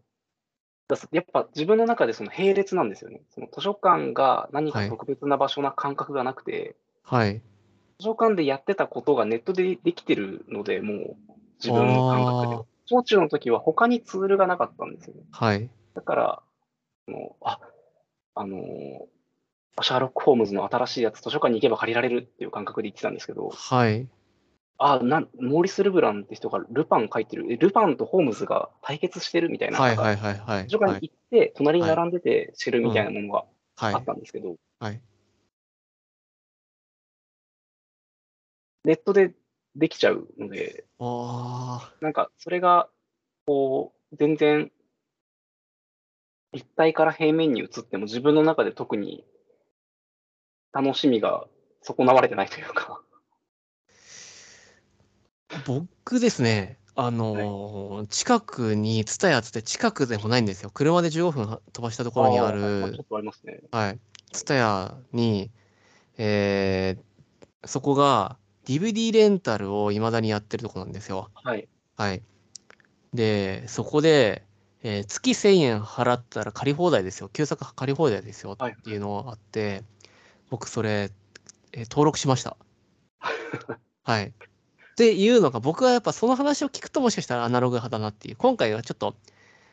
S2: だやっぱ自分の中でその並列なんですよね。その図書館が何
S1: は
S2: か
S1: い
S2: 特別な場所な感覚がなくて、
S1: はい。
S2: 図書館でやってたことがネットでできてるので、もう自分の感覚
S1: あー
S2: で。小中の時は他にツールがなかったんですよね。
S1: はい。
S2: だから、あのあ、あのーシャーロック・ホームズの新しいやつ図書館に行けば借りられるっていう感覚で行ってたんですけど、
S1: はい。
S2: あ、なん、モーリス・ルブランって人がルパン書いてる、えルパンとホームズが対決してるみたいな、
S1: はい。
S2: なんか
S1: はい。はい。はい
S2: 図書。館に行って、隣に並んでて知るみたいなものが
S1: はい
S2: あっ。たんですけど、
S1: はい。
S2: ネットでできちゃうので、
S1: あ
S2: なんかそれが、こう、全然、立体から平面に移っても自分の中で特に楽しみが損なわれてないというか、
S1: あ。僕ですね。あのー近くに、ツタヤつって近くでもないんですよ。車で15分は飛ばしたところにあ
S2: ーちょ
S1: る
S2: っ、とありますね。
S1: はい。ツタヤに、えー、そこが DVD レンタルを未だにやってるとこなんですよ。
S2: はい。
S1: はい。で、そこで、えー月1000円払ったら借り放題ですよ。旧作借り放題ですよ
S2: はい
S1: っていうのがあって、僕それ、えー登録しま した。はい。っていうのが、僕はやっぱその話を聞くともしかしたらアナログ派だなっていう。今回はちょっと、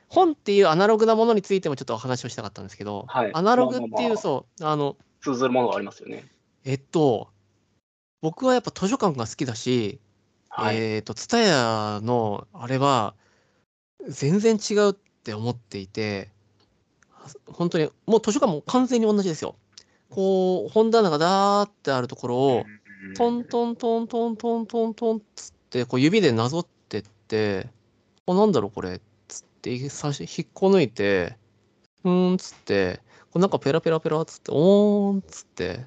S1: 本っていうアナログなものについてもちょっとお話をしたかったんですけど、
S2: はい
S1: アナログっていう、
S2: まあまあまあ
S1: そう、あの、
S2: 通ずるものがありますよね。
S1: えっと、僕はやっぱ図書館が好きだし、
S2: はい。
S1: えっ、と、ツタヤのあれは全然違うって思っていて、本当にもう図書館も完全に同じですよ。こう、本棚がだーってあるところを、
S2: うん
S1: トントントントントントントンっつって、こう指でなぞってって、こうなんだろうこれっつって、差し引っこ抜いて、うーんっつって、こうなんかペラペラペラっつって、おーんっつって、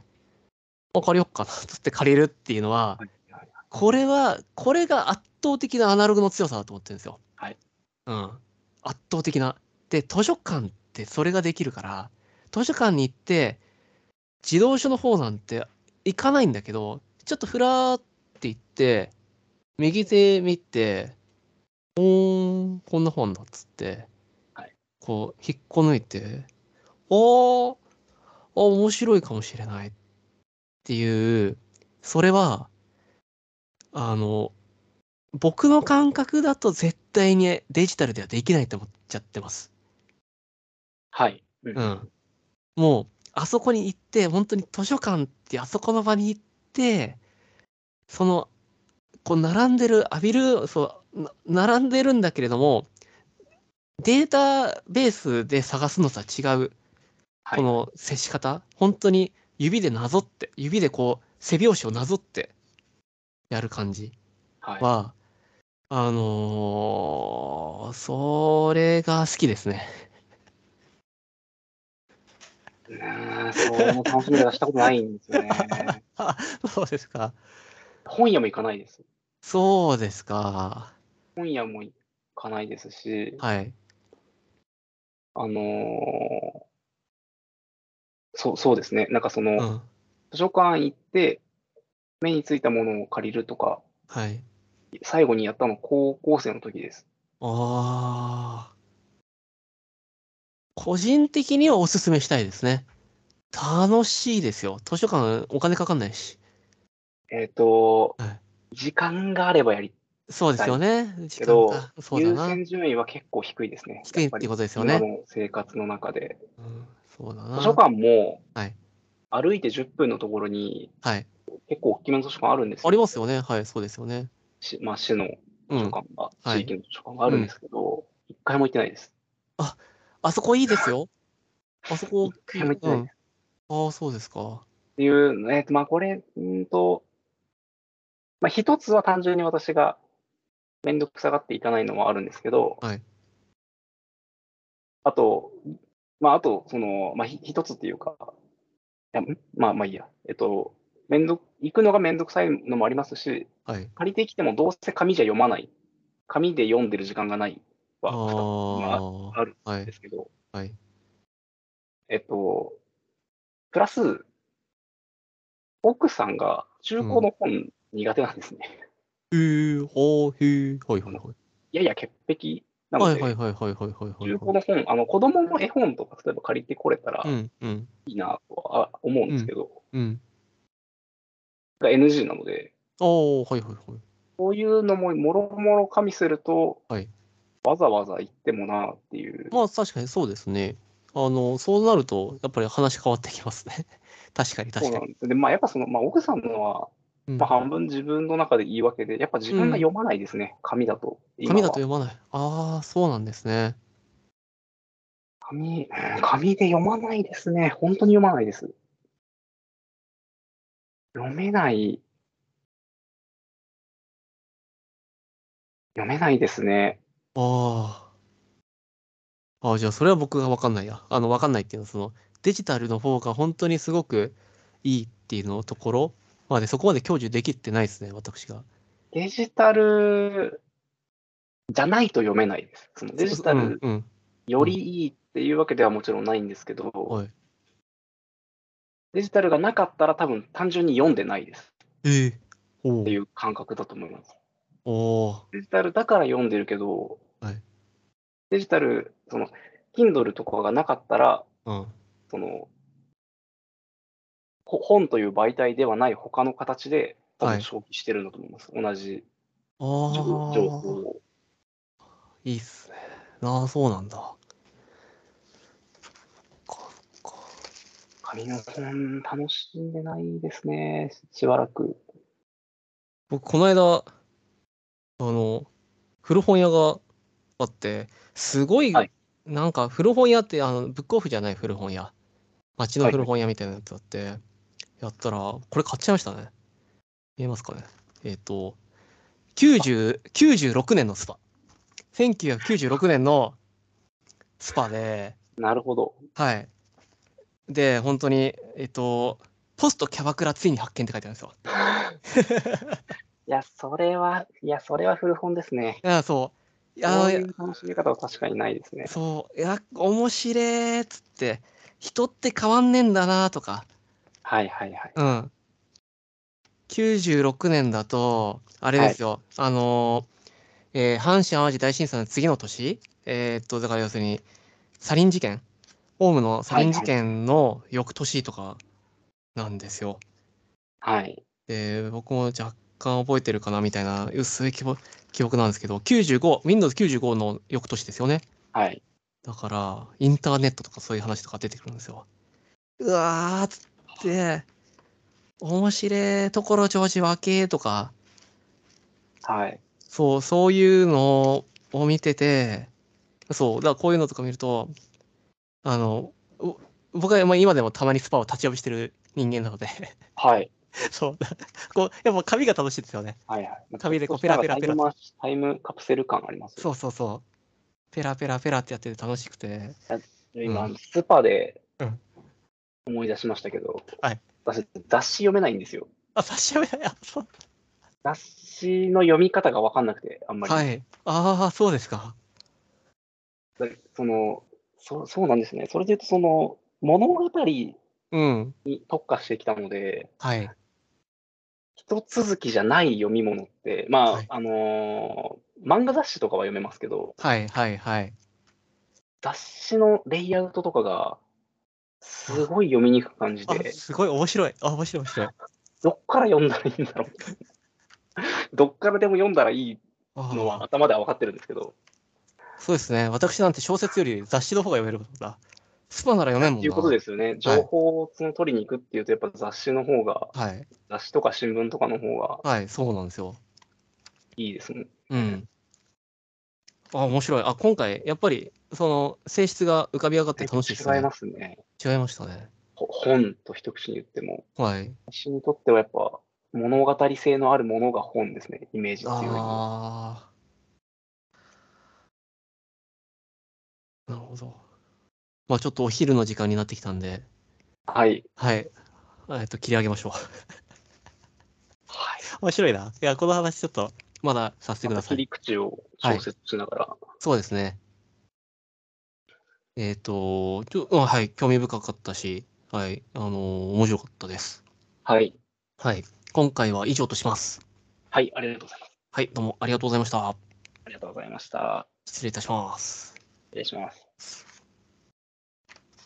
S1: あ、借りよっかなっつって 借りるっていうのは、
S2: はいはい
S1: これは、これが圧倒的なアナログの強さだと思ってるんですよ。
S2: はい。
S1: うん。圧倒的な。で、図書館ってそれができるから、図書館に行って、自動書の方なんて行かないんだけど、ちょっとふらーって行って、右手見て、おーん、こんな本だっつって、
S2: はい
S1: こう、引っこ抜いて、おー、あ、面白いかもしれないっていう、それは、あの、僕の感覚だと絶対にデジタルではできないと思っちゃってます。
S2: はい。うん
S1: うん。もう、あそこに行って、本当に図書館ってあそこの場に行って、その、こう並んでる、浴びる、そう、な並んでるんだけれども、データベースで探すのとは違う、
S2: はい
S1: この接し方、本当に指でなぞって、指でこう、背拍子をなぞって、やる感じ。
S2: はい
S1: は、あのーそれが好きですね。
S2: ねえそうも楽しみ方したことないんで すよね。
S1: あ、 そうですか。
S2: 本屋も行かないです。
S1: そうですか。
S2: 本屋も行かないですし、
S1: はい。
S2: あのーそう、そうですね。なんかその、
S1: うん。
S2: 図書館行って、目についたものを借りるとか、
S1: はい。
S2: 最後にやったの高校生の時です。
S1: ああ。個人的にはおすすめしたいですね。楽しいですよ。図書館お金かかんないし。
S2: えっ、と、
S1: はい
S2: 時間があればやり
S1: そうですよね。時
S2: け
S1: 間
S2: ど
S1: が。、そうだ
S2: 優
S1: な。
S2: 先順位は結構低いですね。
S1: 低い
S2: や
S1: っ
S2: ぱ
S1: て
S2: り
S1: ことですよね
S2: 今。の生活の中で。
S1: うん、そうだ
S2: 図
S1: な。
S2: 書館も、
S1: はい
S2: 歩いて10分のところに
S1: はい。
S2: 結構大きめの図書館あるんですよ。
S1: ありますよね。はい、そうですよね。
S2: しまあ、市の図
S1: う
S2: 書
S1: ん。
S2: 館が、
S1: はい
S2: 地域の図書館があるんですけど、一、回も行ってないです。
S1: あそこいいですよ。あそこ
S2: 一、回も行って
S1: う
S2: ない
S1: ん
S2: で。
S1: ああ、そうですか。
S2: っていう、えっと、まあ、これ、うーんと、まあ、一つは単純に私がめんどくさがっていかないのもあるんですけど、
S1: はい
S2: あと、まあ、あと、その、まあ、ひ一つっていうか、いやんまあ、まあいいや、えっと、めんど、行くのがめんどくさいのもありますし、
S1: はい。
S2: 借りてきてもどうせ紙じゃ読まない、紙で読んでる時間がない
S1: あ
S2: は二つまあ
S1: あ、
S2: ある
S1: は
S2: ん
S1: い
S2: で。すけど、
S1: はい。
S2: えっと、プラス、奥さんが中古の本苦手なんですね。
S1: ふー、ほー、ふー、はいはいはい。
S2: やや潔癖な
S1: はい
S2: ので、
S1: はいはいはいはいはいはい
S2: 中古の本、あの子供の絵本とか、例えば借りてこれたら
S1: はい。うんうん
S2: いいなとは思うんですけど、
S1: うん。
S2: が NG なので、
S1: おー、はいはいはい。
S2: こういうのももろもろ加味すると、
S1: はい
S2: わざわざ行ってもなっていう、
S1: まあ確かにそうですね。あの、そうなると、やっぱり話変わってきますね。 確かに
S2: そう
S1: 確
S2: な
S1: か
S2: ん
S1: に。
S2: です。で、まあ、やっぱその、まあ、奥さんのは、
S1: うん
S2: まあ、半分自分の中で言い訳で、やっぱ自分が読まないですね、紙だと。今は
S1: 紙だと読まない。ああ、そうなんですね。
S2: 紙、うん紙で読まないですね。本当に読まないです。読めない。読めないですね。
S1: ああ。ああ、じゃあそれは僕が分かんないや。あの、分かんないっていうのは、その、デジタルの方が本当にすごくいいっていうのところまで、そこまで享受できてないですね、私が。
S2: デジタルじゃないと読めないです。そのデジタ
S1: うん
S2: ル
S1: うん。
S2: よりいいっていうわけではもちろんないんですけど、
S1: はい
S2: デジタルがなかったら多分単純に読んでないです
S1: ええお
S2: って
S1: ー
S2: いう感覚だと思います。
S1: おー
S2: デジタルだから読んでるけど、
S1: はい
S2: デジタル、その、Kindle とかがなかったら、
S1: うん。
S2: その、ほ本という媒体ではない他の形で、多
S1: は
S2: 分
S1: い
S2: 消費してるんだと思います。同じ
S1: あ
S2: 情
S1: あ。
S2: 情報を。
S1: いいっすね。ああ、そうなんだ。そっかそっか
S2: 紙の本、楽しんでないですね、しばらく。
S1: 僕、この間、あの、古本屋があって、すごい、
S2: はい
S1: なんか古本屋って、あの、ブックオフじゃない古本屋。街の
S2: はい
S1: 古本屋みたいなやつあって、やったら、これ買っちゃいましたね。見えますかね。えっ、と、90 96年のスパ。1996年のスパで、
S2: なるほど。
S1: はい。で、本当に、えっと、ポストキャバクラついに発見って書いてあるんですよ。
S2: いや、それは、いや、それは古本ですね。
S1: ああ、そう。いや
S2: そ
S1: ー、
S2: ういう楽しみ方は確かにないですね。
S1: そう、いや、面白えっつって、人って変わんねえんだなとか、
S2: はいはいはい。
S1: うん。96年だと、あれですよ、あのー、えー阪神・淡路大震災の次の年、えーっと、だから要するに、サリン事件、オウムのサリン事件の翌年とかなんですよ。
S2: はい。
S1: で、僕も若干覚えてるかなみたいな薄い記憶記憶なんですけど、95、Windows95 の翌年ですよね。
S2: はい。
S1: だから、インターネットとかそういう話とか出てくるんですよ。うわーっつって、面白いところ調子わけとか、
S2: はい。
S1: そう、そういうのを見てて、そう、だからこういうのとか見ると、あの、う僕はまあ今でもたまにスパを立ち呼びしてる人間なので、
S2: はい。
S1: そう、こう、やっぱ紙が楽しいですよね。
S2: はいはい。
S1: 紙でこうペラペラペラ
S2: タイムマシタイムカプセル感ありますよね
S1: そうそうそう。ペラペラペラってやってて楽しくて。
S2: 今、
S1: うん
S2: スーパーで
S1: うん
S2: 思い出しましたけど、
S1: はい
S2: 私、雑誌読めないんですよ。
S1: あ、差し上げない。あそう
S2: 雑誌の読み方が分かんなくて、あんまり。
S1: はい。ああ、そうですか。
S2: だそのそそうなんですね。それで言うと、その物語に
S1: うん。
S2: 特化してきたので、
S1: はい。
S2: 一続きじゃない読み物って、まあ、
S1: はい
S2: あのー漫画雑誌とかは読めますけど、
S1: はいはいはい。
S2: 雑誌のレイアウトとかが、すごい読みにくく感じ
S1: あ、
S2: て、
S1: すごい面白い。あ、面白い面白い。
S2: どっから読んだらいいんだろう。どっからでも読んだらいい
S1: あ
S2: のは
S1: ー
S2: 頭では分かってるんですけど、
S1: そうですね。私なんて小説より雑誌の方が読めることだ。スパなら読めんもんな。
S2: いうことですよね。情報をその取りに行くっていうと、やっぱ雑誌の方が、
S1: はい。
S2: 雑誌とか新聞とかの方が
S1: はい、そうなんですよ。
S2: いいですね。
S1: うん。あ、面白い。あ、今回、やっぱり、その、性質が浮かび上がって楽しいですね。
S2: 違いますね。
S1: 違いましたね。
S2: ほ本と一口に言っても、
S1: はい。
S2: 私にとってはやっぱ物語性のあるものが本ですね、イメージっていうよ
S1: ああ。なるほど。まあちょっとお昼の時間になってきたんで、
S2: りも。はい。
S1: はい。えっと、切り上げましょう。
S2: はい。
S1: 面白いな。いや、この話ちょっと、まださせてく
S2: ま
S1: だ
S2: た
S1: さ
S2: 切
S1: い。
S2: り口を調節しながら。
S1: そうですね。えっ、と、ちょ、うん、はい、興味深かったし、はい。あのー面白かったです。
S2: はい。
S1: はい。今回は以上とします。
S2: はい、ありがとうございます。
S1: はい。どうもありがとうございました。
S2: ありがとうございました。
S1: 失礼いたします。
S2: 失礼します。